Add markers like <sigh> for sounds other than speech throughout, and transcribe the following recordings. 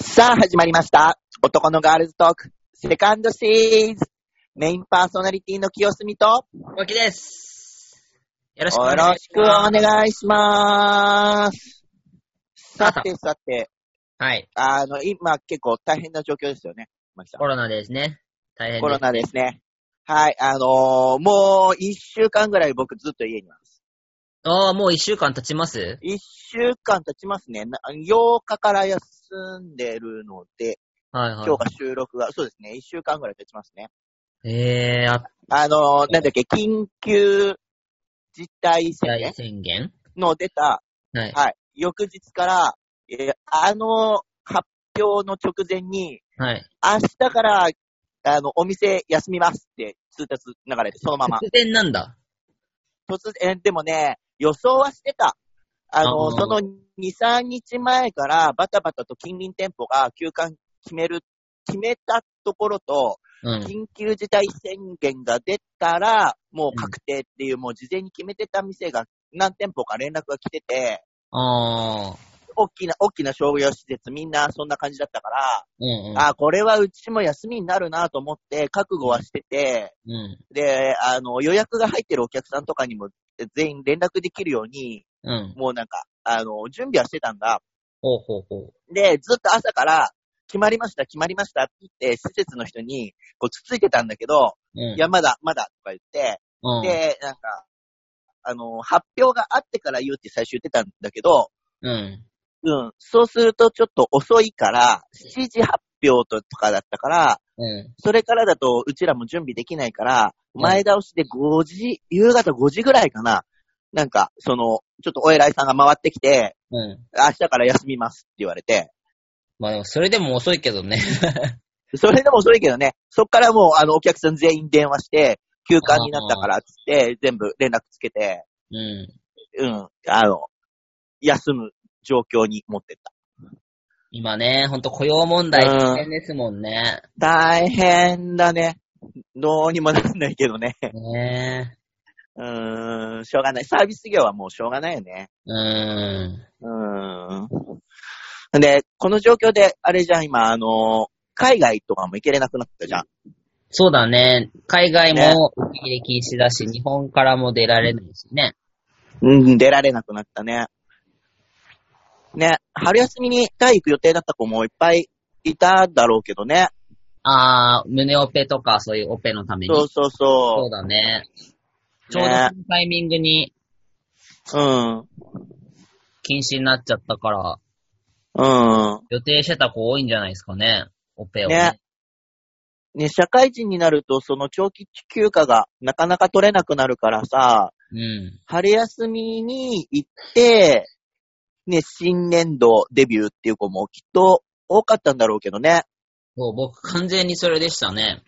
さあ、始まりました。男のガールズトーク、セカンドシリーズ。メインパーソナリティの清澄と、よわきです。よろろしくお願いししくおます。願いします。さてさて、はい。あの、今結構大変な状況ですよね、マキさコロナですね。大変でん。すコロナですね。はい、あのーもう一週間ぐらい僕ずっと家にいます。ああ、もう一週間経ちます一週間経ちますね。な8日から休んでるので、はい今日はが収録が、そうですね、一週間ぐらい経ちますね。い。えー、あっあのーなんだっけ、緊急事態宣大言宣言の出た、はい。はい、翌日から、えーあの発表の直前に、はい。明日から、あの、お店休みますって通達流れて、その <laughs> まま。突然なんだ。突然、でもね、予想はしてた。あのあーその2、3日前からバタバタと近隣店舗が休館決める、決めたところと、うん。緊急事態宣言が出たら、もう確定っていう、もう事前に決めてた店が何店舗か連絡が来てて、ああ。大きな、大きな商業施設みんなそんな感じだったから、うんうん。あーこれはうちも休みになるなと思って覚悟はしてて、うん。で、あの、予約が入ってるお客さんとかにも全員連絡できるように、うん。もうなんか、あの、準備はしてたんだ。ほうほうほで、ずっと朝から、決まりました、決まりましたって言って、施設の人に、こう、つついてたんだけど、う。うん。いや、まだ、まだ、とか言って、うん、で、なんか、あの、発表があってから言うって最初言ってたんだけど、うん。うん、そうするとちょっと遅いから、7時発表とかだったから、うん。それからだとうちらも準備できないから、うん前倒しで5時、夕方5時ぐらいかな。なんか、その、ちょっとお偉いさんが回ってきて、うん。明日から休みますって言われて、まあでも、それでも遅いけどね。それでも遅いけどね、そっからもうあのお客さん全員電話して、休館になったからっつって、全部連絡つけて、うん。うん、あの、休む状況に持ってった。今ね、ほんと雇用問題うん大変ですもんね。大変だね。どうにもなんないけどね。 <laughs> ねうーん、しょうがない。サービス業はもうしょうがないよね。え。うん。うーん。で、この状況で、あれじゃん、今、あの、海外とかも行けれなくなったじゃん。そうだね。海外ねも受け入れ禁止だし、日本からも出られないしね。うん、出られなくなったね。ね、春休みにタイ行く予定だった子もいっぱいいただろうけどね。あー、胸オペとかそういうオペのために。そうそうそそうだね。う。ちょうどそねの、タイミングにうん、禁止になっちゃったから、うん。予定してた子多いんじゃないですかね。オペをね。ねね、社会人になると、その長期休暇がなかなか取れなくなるからさ、うん。春休みに行って、ね、新年度デビューっていう子もきっと多かったんだろうけどね。そう、僕完全にそれでしたね。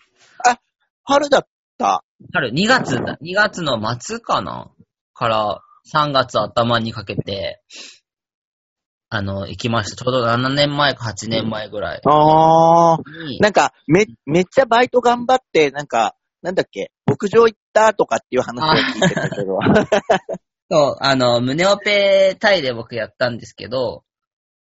春だった。春、2月だ、2月の末かなから3月頭にかけて、あの、行きました。ちょうど7年前か8年前ぐらいああ。に。なんか、め、めっちゃバイト頑張って、なんか、なんだっけ、牧場行ったとかっていう話を聞いてたけど。そう、あの、胸オペタイで僕やったんですけど、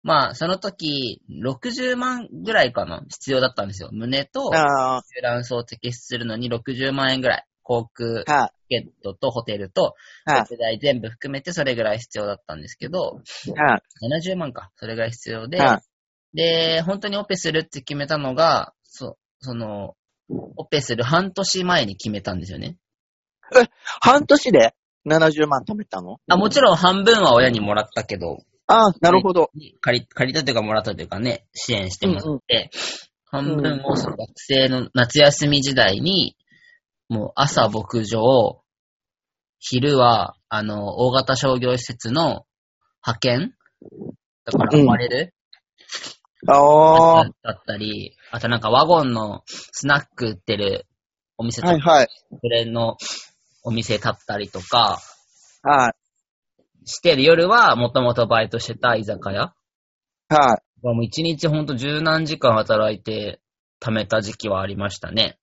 まあ、その時、60万ぐらいかな、必要だったんですよ。胸と、 <laughs> あ卵巣を摘出するのに60万円ぐらい。航空あ、はチケットとホテルと、い、はい、世代全部含めてそれぐらい必要だったんですけど、はい、 70万か、それぐらい必要で、はで、本当にオペするって決めたのが、そその、オペする半年前に決めたんですよね。半年で70万貯めたのあもちろん半分は親にもらったけど、ああ、なるほど。借り、借りたというかもらったというかね、支援してもらって、んうん半分をその学生の夏休み時代に、もう朝牧場、昼は、あの、大型商業施設の派遣だから、うん生まれる、ああ、はだったり、あとなんかワゴンのスナック売ってるお店とか、い、はい、それのお店立ったりとかはい、して、夜はもともとバイトしてた居酒屋はい。まあもう一日ほんと十何時間働いて貯めた時期はありましたね。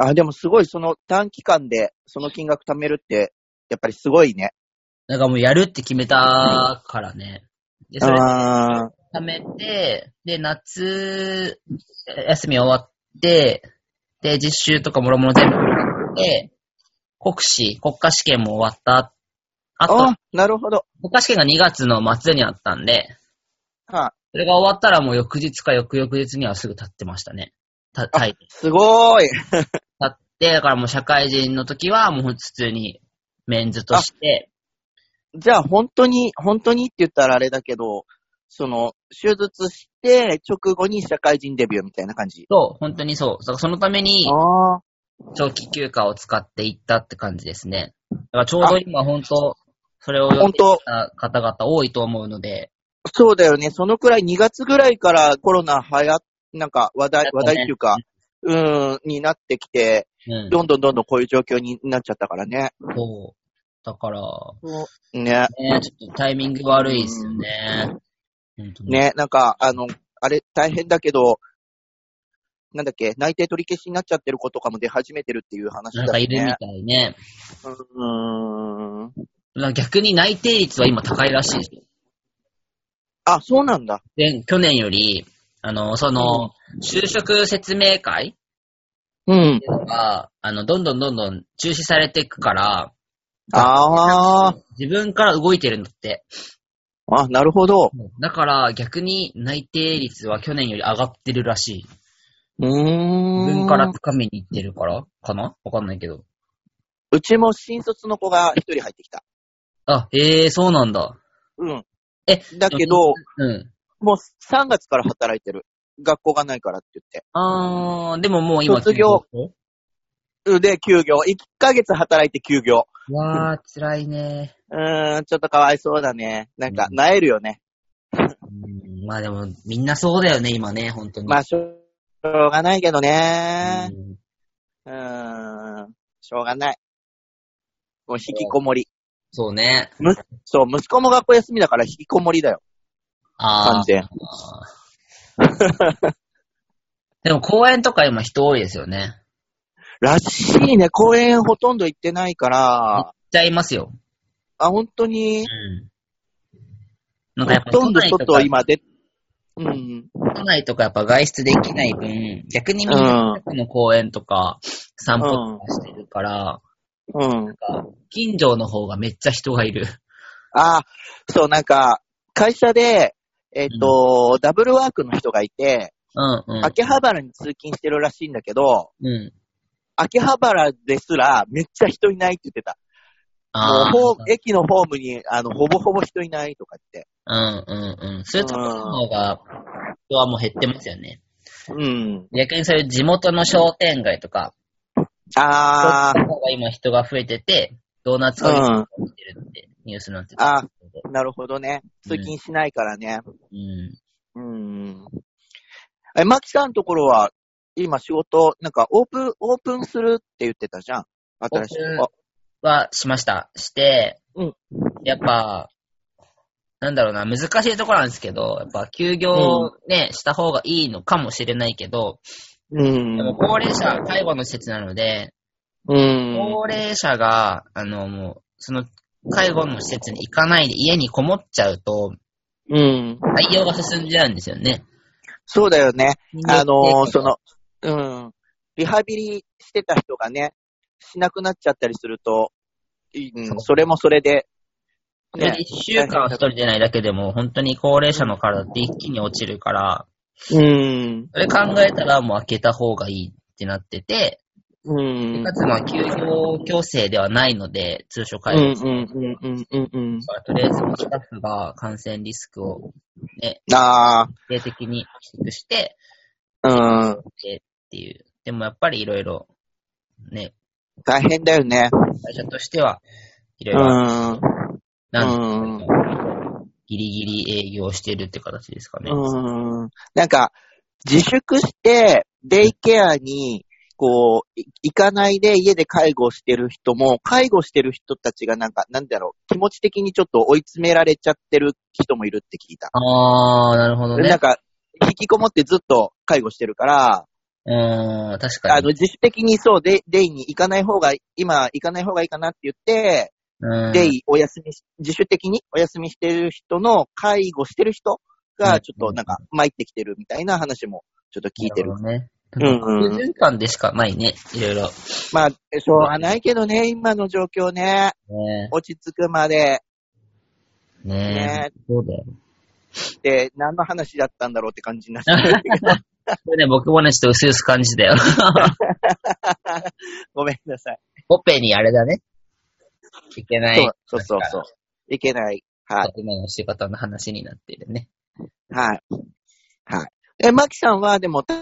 あ、でもすごい、その短期間でその金額貯めるって、やっぱりすごいね。なんかもうやるって決めたからね。で、それああ、貯めて、で、夏休み終わって、で、実習とかもろもろ全部終わって、国試、国家試験も終わった。あと、あ、なるほど。国家試験が2月の末にあったんで、はあ、それが終わったらもう翌日か翌々日にはすぐ経ってましたね。た、はい。すごーい。経って、だからもう社会人の時はもう普通にメンズとして、じゃあ本当に、本当にって言ったらあれだけど、その、手術して、直後に社会人デビューみたいな感じ。そう、本当にそう。だからそのために、ああ。長期休暇を使っていったって感じですね。だからちょうど今本当、それを予本定当、した方々多いと思うので、そうだよね。そのくらい2月ぐらいからコロナ流行っ、なんか話題、だ話ったね題っていうか、うーん、になってきて、うん。どんどんどんどんこういう状況になっちゃったからね。そう。だから、ね。ね、ちょっとタイミング悪いですよね。本当に。ね、なんか、あの、あれ、大変だけど、なんだっけ、内定取り消しになっちゃってる子とかも出始めてるっていう話だなよんね。かいるみたいね。うーん。なんか逆に内定率は今高いらしいです。あ、そうなんだ。で去年より、あの、その、就職説明会うん。が、あの、どんどんどんどん中止されていくから、あー自分から動いてるんだって。あ、なるほど。だから逆に内定率は去年より上がってるらしい。うーん。自分から掴みに行ってるからかなわかんないけど。うちも新卒の子が一人入ってきた。あ、ええー、そうなんだ。うん。え、だけど、うん。もう3月から働いてる。学校がないからって言って。あー、でももう今。卒業。うんで、休業。1ヶ月働いて休業。わー、辛いね。うーん、ちょっとかわいそうだね。なんかう、んなえるよね。うん、まあでも、みんなそうだよね、今ね、本当に。まあ、しょうがないけどね。うんうーん、しょうがない。もう引きこもり。そうね。そう、息子も学校休みだから引きこもりだよ。完あー。全。 <laughs> でも公園とか今人多いですよね。らしいね。公園ほとんど行ってないから、ちゃいますよ。あ、本当に、うん。ほなんかやっぱとんど都内と外か今出、うん。都内とかやっぱ外出できない分、逆にみんな近くの公園とか散歩とかしてるから、うん。なんか近所の方がめっちゃ人がいる。あ、そう、なんか、会社で、えっ、と、ダブルワークの人がいて、うんうん。秋葉原に通勤してるらしいんだけど、うん。秋葉原ですらめっちゃ人いないって言ってた。ああ。もうホーム駅のホームに、あの、ほぼほぼ人いないとか言って。うんうんうん。そういうところの方が人はもう減ってますよね。うん。逆にそういう地元の商店街とか、あそういうとこが今人が増えてて、ドーナツあ、が増うえてるってニュースになってん。あたけど。ーなるほどね。通勤しないからね。うん。うん。え、マキさんのところは、今仕事、なんかオープン、オープンするって言ってたじゃん。新しいオープンとこ。はしました。して、うんやっぱ、なんだろうな、難しいところなんですけど、やっぱ休業をね、した方がいいのかもしれないけど、うでもん。高齢者、介護の施設なので、うん。高齢者が、あの、もう、その、介護の施設に行かないで家にこもっちゃうと、うん。対応が進んじゃうんですよね。そうだよね。あのーその、の、うん。リハビリしてた人がね、しなくなっちゃったりすると、うん、それもそれで、それで一週間は一人でないだけでも、本当に高齢者の体って一気に落ちるから、うん。それ考えたらもう開けた方がいいってなってて、うん。かつ、まあ、休業強制ではないので、通所う会ん議うんうんうんうんうん。とりあえずスタッフが感染リスクをあ定的に低くして、あ、うん。えっていう。でもやっぱりいろいろ、ね、大変だよね。会社としては、いうろいろ、ん。なんうん。ギリギリ営業してるって形ですかね。うん。なんか、自粛して、デイケアに、こう、い行かないで家で介護してる人も、介護してる人たちがなんか、なんだろう、気持ち的にちょっと追い詰められちゃってる人もいるって聞いた。あー、なるほどなねん。か、引きこもってずっと介護してるから、うーん、確かあにの、。自主的にそう、デイデイに行かない方が、今行かない方がいいかなって言って、うんデイお休みし、自主的にお休みしてる人の介護してる人が、ちょっとなんか、参ってきてるみたいな話も、ちょっと聞いてる。なほどね。うんうん1間でしかないね、いろいろ。まあ、しょうがないけどね、今の状況ね。ね落ち着くまで。え。ねねえ。そうだよ。で、何の話だったんだろうって感じになっちゃう。これね、僕もね、ちょっと薄々感じだよ。 <laughs> ごめんなさい。オペにあれだね。いけない。そうそうそうそう。いけない。はい。今の仕方の話になっているね。はい。はい。え、マキさんは、でも、タ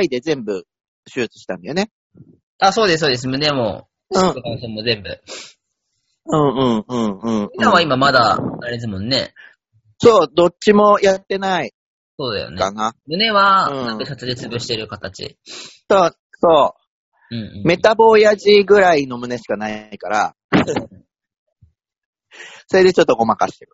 イで全部手術したんだよね。あ、そうです、そうです。胸も、うん仕事の人も全部。うんうんうんうん、うんみんなは今まだ、あれですもんね。そう、どっちもやってないそうだよね。かな。胸は、うんなんか殺裂ぶしてる形。そう、そうん <laughs> うんう。メタボ親父ぐらいの胸しかないから、 <laughs> それでちょっとごまかしてる。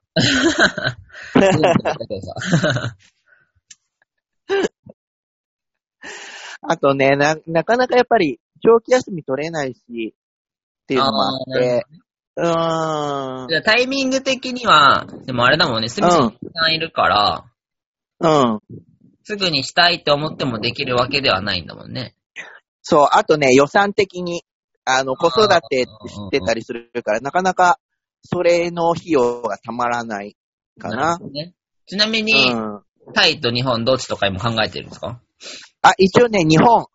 あとね、な、なかなかやっぱり、長期休み取れないし、っていうのもあって、うーんじゃあタイミング的には、でもあれだもんね、すぐにうんさんいるから、、うん。すぐにしたいって思ってもできるわけではないんだもんね。そう、あとね、予算的に、あの、子育てしてたりするから、なかなか、それの費用がたまらないかるな。ほどね。ちなみうに、ん。タイと日本どっちとか今考えてるんですかあ、一応ね、日本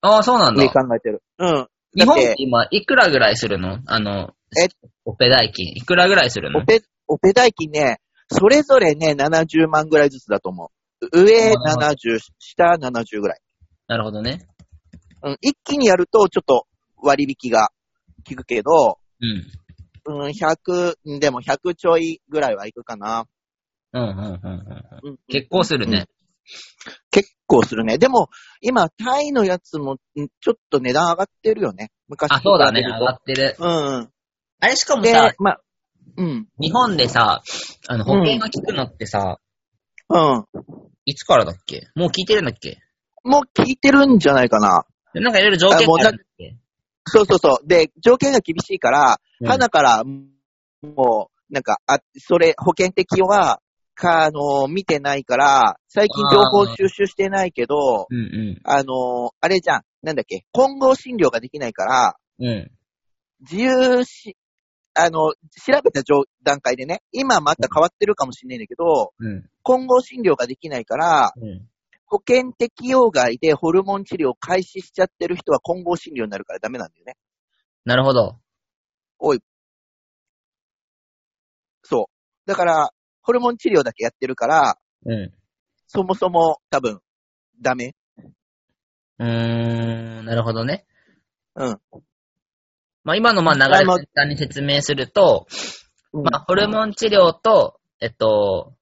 ああ、そうなんだで。考えてる。うん。日本っだってて今、いくらぐらいするのあの、えオペ代金、いくらぐらいするのオペ、オペ代金ね、それぞれね、70万ぐらいずつだと思う。上あー70、下70ぐらい。なるほどね。うん、一気にやると、ちょっと割引が効くけど、うん。うん、100、でも100ちょいぐらいはいくかな。うんうんうんうんうん。うん、結構するね。結構するね。でも、今、タイのやつも、んちょっと値段上がってるよね。昔とあ、比そうだね。べ上るとがってる。うんあれしかうん。もでさ、、まあ、うん、日本でさ、あの、保険が効くのってさ、うん。いつからだっけもう聞いてるんだっけもう聞いてるんじゃないかな。でなんかいろいろ条件あもうがなあるんだっけそうそうそう。で、条件が厳しいから、うん花から、もう、なんか、あ、それ、保険適用は、か、あの、見てないから、最近情報収集してないけど、うんうあの、あれじゃん、なんだっけ、混合診療ができないから、ん。うん。自由し、あの、調べた状段階でね、今また変わってるかもしれないんだけど、うん。混合診療ができないから、うん。保険適用外でホルモン治療を開始しちゃってる人は混合診療になるからダメなんだよね。なるほど。そう。だから、ホルモン治療だけやってるから、うん。そもそも多分、ダメ。うーん、なるほどね。うん。まあ、今のまあ流れを簡単に説明すると、うんまあ、ホルモン治療と、えっと、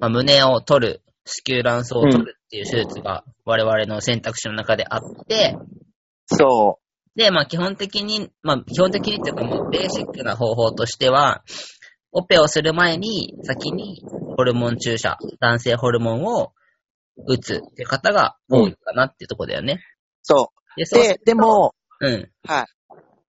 まあ、胸を取る、子宮卵巣を取るっていう手術が我々の選択肢の中であって、そで、まあ、基本的に、まあ、基本的にっていうか、もうベーシックな方法としては、オペをする前に、先にホルモン注射、男性ホルモンを打つっていう方が多いかなっていうところだよね。う。そで、う。そうで、でも、うん。はい。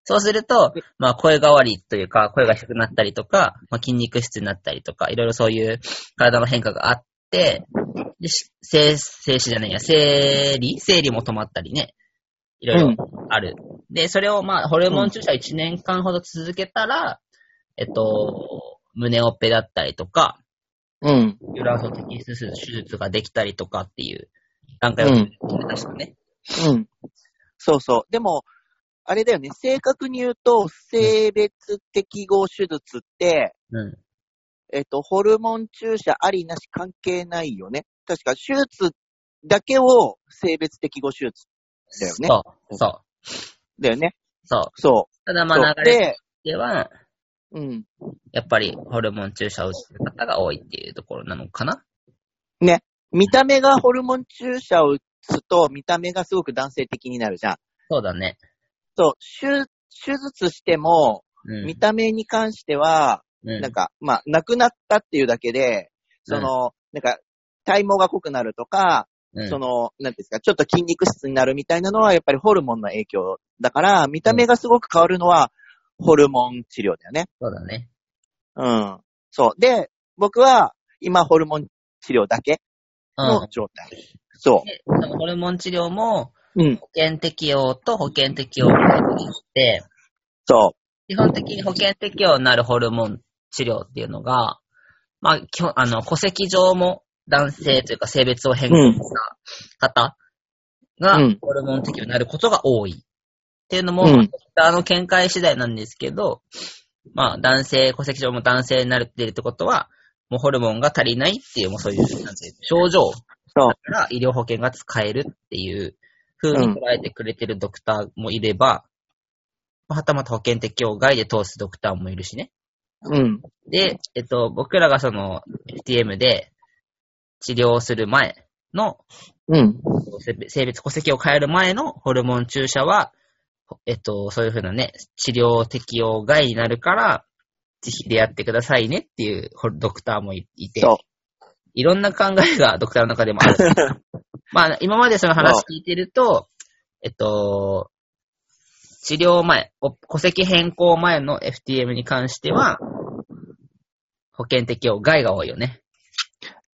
そうすると、まあ、声変わりというか、声が低くなったりとか、まあ、筋肉質になったりとか、いろいろそういう体の変化があって、で、し静、静止じゃないや、生理生理も止まったりね。いろいろある。で、それをまあ、ホルモン注射1年間ほど続けたら、えっと、胸オペだったりとか、うん。ユラソ摘出手術ができたりとかっていう段階を決めましたね。うん。そうそう。でも、あれだよね、正確に言うと、性別適合手術って、うん。えっと、ホルモン注射ありなし関係ないよね。確か、手術だけを性別適合手術だよねそう、そう、だよね。そう。そただう。まそあ、う流れで、では、うん。やっぱりホルモン注射を打つ方が多いっていうところなのかな見た目がホルモン注射を打つと、見た目がすごく男性的になるじゃん。そうだね。そう、手手術しても、うん。見た目に関しては、うんなんか、まあ、亡くなったっていうだけで、その、なんか、体毛が濃くなるとか、うんその、なんていうんですか、ちょっと筋肉質になるみたいなのは、やっぱりホルモンの影響だから、見た目がすごく変わるのは、ホルモン治療だよね。そうだね。うん。そう。で、僕は、今、ホルモン治療だけうんの。状態。そででもホルモン治療もう。うん。保険適用と保険適用にって、そ基本的に保険適用になるホルモン治療っていうのが、まあ、基本、あの、戸籍上も男性というか性別を変更した方がうんホルモン適用になることが多い。っていうのも、うんまああの見解次第なんですけど、まあ、男性、戸籍上も男性になるっているってことは、もうホルモンが足りないっていう、もうそういう、なんていう症状そうだから医療保険が使えるっていう風に捉えてくれてるドクターもいれば、まあはたまた保険適用外で通すドクターもいるしね。う。うん。で、えっと、僕らがその FTM で治療する前の、うん。性別戸籍を変える前のホルモン注射は、えっと、そういう風なね、治療適用外になるから、ぜひ出会ってくださいねっていうホルドクターもいいて、そう。いろんな考えが <laughs> ドクターの中でもある。 <laughs> まあ、今までその話聞いてると、えっと、治療前、お戸籍変更前の FTM に関しては、保険適用外が多いよね。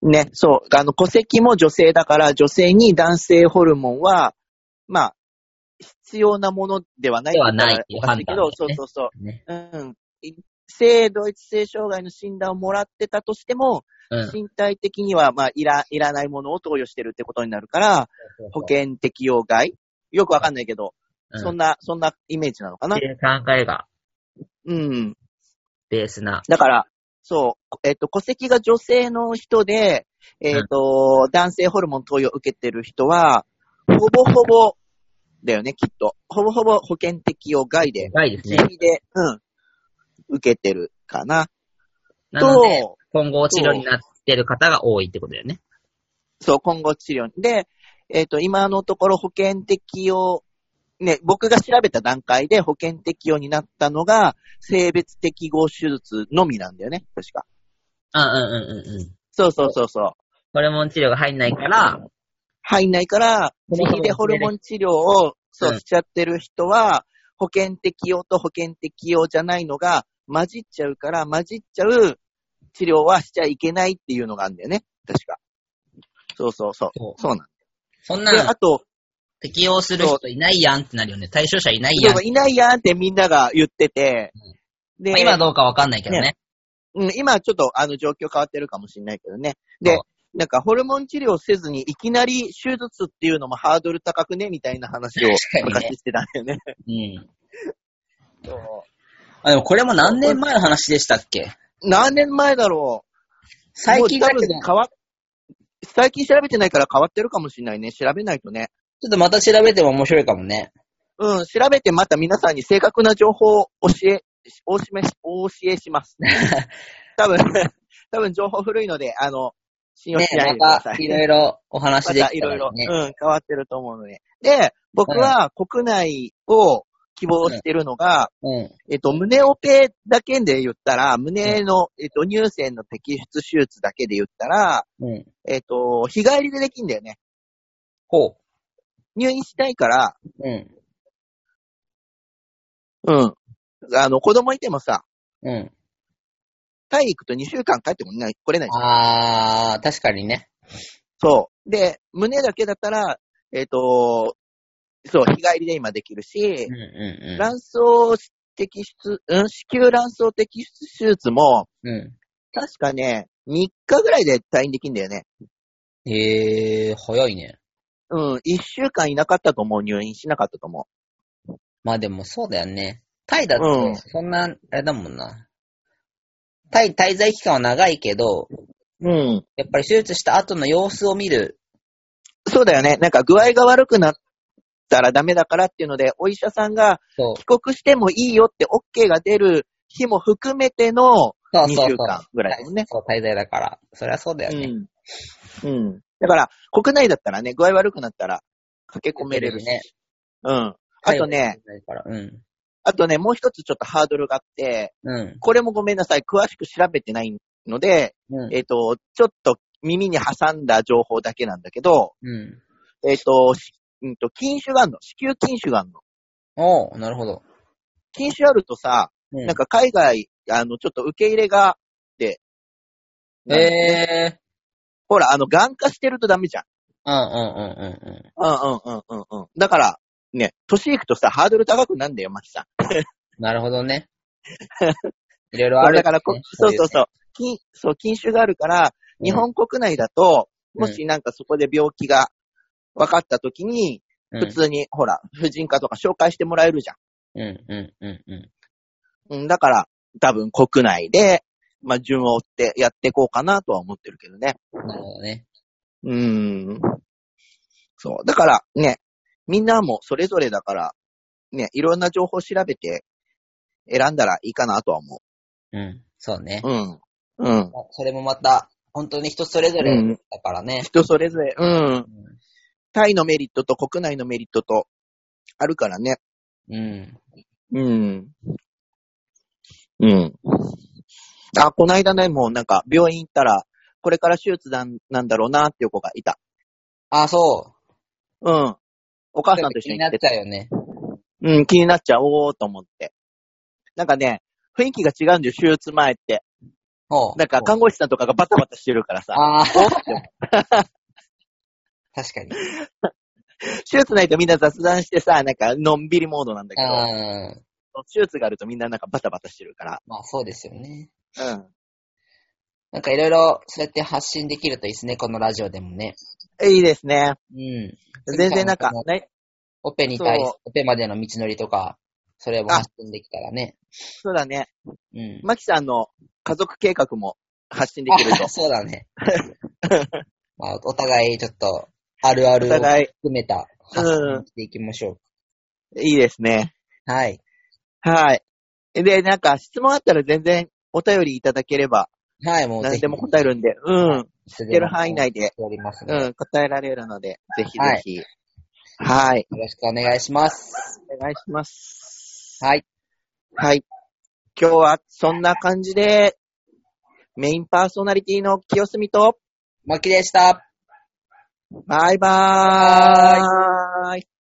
ね、そう。あの、戸籍も女性だから、女性に男性ホルモンは、まあ、必要なものではない。ではないっていう判断けど、そうねそうそう。ねうん。性同一性障害の診断をもらってたとしても、うん。身体的には、まあ、いら、いらないものを投与してるってことになるから、保険適用外よくわかんないけど、うんそんな、そんなイメージなのかなっていう考えがうん。ベースな。だから、そう、えっ、と、戸籍が女性の人で、えっ、と、男性ホルモン投与を受けてる人は、ほぼほぼ、だよね、きっと。ほぼほぼ保険適用外で、外です地ね。味で、うん、受けてるかな。なので、と、今後治療になってる方が多いってことだよね。そう、今後治療に。で、えっ、と、今のところ保険適用、ね、僕が調べた段階で保険適用になったのが、性別適合手術のみなんだよね、確か。うんうんうんうんうん。そうそうそうそう。ホルモン治療が入んないから、入んないから、そもそも次でホルモン治療を、そうう、んしちゃってる人は、保険適用と保険適用じゃないのが混じっちゃうから、混じっちゃう治療はしちゃいけないっていうのがあるんだよね。確か。そうそうそう。そそうなんそんだ。なで、のあと、適用する人いないやんってなるよね。対象者いないやでんも。いないやんってみんなが言ってて、でまあ、今どうかわかんないけどね。うん、今ちょっとあの状況変わってるかもしれないけどね。でそ、なんかホルモン治療せずにいきなり手術っていうのもハードル高くねみたいな話を確かにね昔してたんだよね。うん。あ、でもこれも何年前の話でしたっけ何年前だろう最近もだう多けど、分ちょ変わっ最近調べてないから変わってるかもしれないね。調べないとね。っとまた調べても面白いかもね。うん、調べてまた皆さんに正確な情報を教え、お示し、お教えします。 <laughs> 多分、多分情報古いので、あの、信用ねしないでくまだたさい。いろいろお話までたきいたろらいろ、ね。うん、変わってると思うので。で、僕は国内を希望してるのが、うん。えっと、胸オペだけで言ったら、胸の、えっと、乳腺の摘出手術だけで言ったら、うん。えっと、日帰りでできんだよね。ほ入院しないから、う。うん。うん。あの、子供いてもさ、う体育と2週間帰ってもいない、来れないん。。あー、確かにね。そう。で、胸だけだったら、えっ、と、そう、日帰りで今できるしうん、う卵巣摘出、うん、子宮卵巣摘出手術も、ん。う確かね、3日ぐらいで退院できんだよね。ん。へー、早いね。うん、1週間いなかったと思う、入院しなかったと思まあでもそうだよね。タイだっうてん、そんな、あれだもんな。タイ滞在期間は長いけど、う。うん。やっぱり手術した後の様子を見る。そうだよね。なんか具合が悪くなったらダメだからっていうので、お医者さんが、そう。帰国してもいいよって OK が出る日も含めてのそう2そうそう週。間ぐらいだもんね。そう、滞在だから。そりゃそうだよね。うん。うん。だから、国内だったらね、具合悪くなったら駆け込めれるし。ね。うん。あとね、海外滞在から。うん。あとね、もう一つちょっとハードルがあって、うん。これもごめんなさい、詳しく調べてないので、うん。えっ、と、ちょっと耳に挟んだ情報だけなんだけど、うん。えっ、と、しうんと、筋腫があるの。子宮筋腫があるの。おうなるほど。筋腫あるとさ、うんなんか海外、あの、ちょっと受け入れが、で、えほら、あの、眼化してるとダメじゃん。うんうんうんうんうん。うんうんうんうんうん。だから、ね、年いくとさ、ハードル高くなんだよ、マキさん。なるほ <laughs> どね。いろいろある、だからこ、そうそうそう。禁、そう、禁酒があるから、うん日本国内だと、うんもしなんかそこで病気が分かった時に、うん。普通に、ほら、婦人科とか紹介してもらえるじゃうんうんうんうん。ん。うん、だから、多分国内で、まあ、順を追ってやっていこうかなとは思ってるけどね。なるほどね。うーん。そう。だからね、みんなもそれぞれだから、ね、いろんな情報調べて選んだらいいかなとは思うん。そうね。う。うん。うん。まあそれもまた、本当に人それぞれうん、だからね。人それぞれ、うん。うんタイのメリットと国内のメリットとあるからね。うん。うん。うん。あ、こないだね、もうなんか病院行ったら、これから手術なんなんだろうなっていう子がいた。あ、そうん。おう。母さんと一緒気ににな行っってちゃうよね。うん、気になっちゃおうと思って。なんかね、雰囲気が違うんだよ、手術前って。ほう。なんか、看護師さんとかがバタバタしてるからさ。ああ、おって思う確かに。手術ないとみんな雑談してさ、なんか、のんびりモードなんだけど、うん。手術があるとみんななんかバタバタしてるかまあそうですよね。ら。うん。なんかいろいろそうやって発信できるといいですね、このラジオでもね。いいですね。うん。全然なんか次回も、ね、オペに対しそうオペまでの道のりとか、それも発信できたらね。そうだね。うん。。マキさんの家族計画も発信できると <laughs> そうだね。まあ、お互いちょっと、あるあおるを含互い、めた発信をしていきましょいいですね。う。はい。はい。で、なんか、質問あったら全然お便りいただければ、はい、もうぜ何ひ。でも答えるんで、うん。知っ知ってる範囲内でし、ておりますね。うん、答えられるので、ぜひぜひ。はい。よろしくお願いします。お願いします。はい。はい。今日はそんな感じで、メインパーソナリティの清澄と、マキでした。バイバーイ。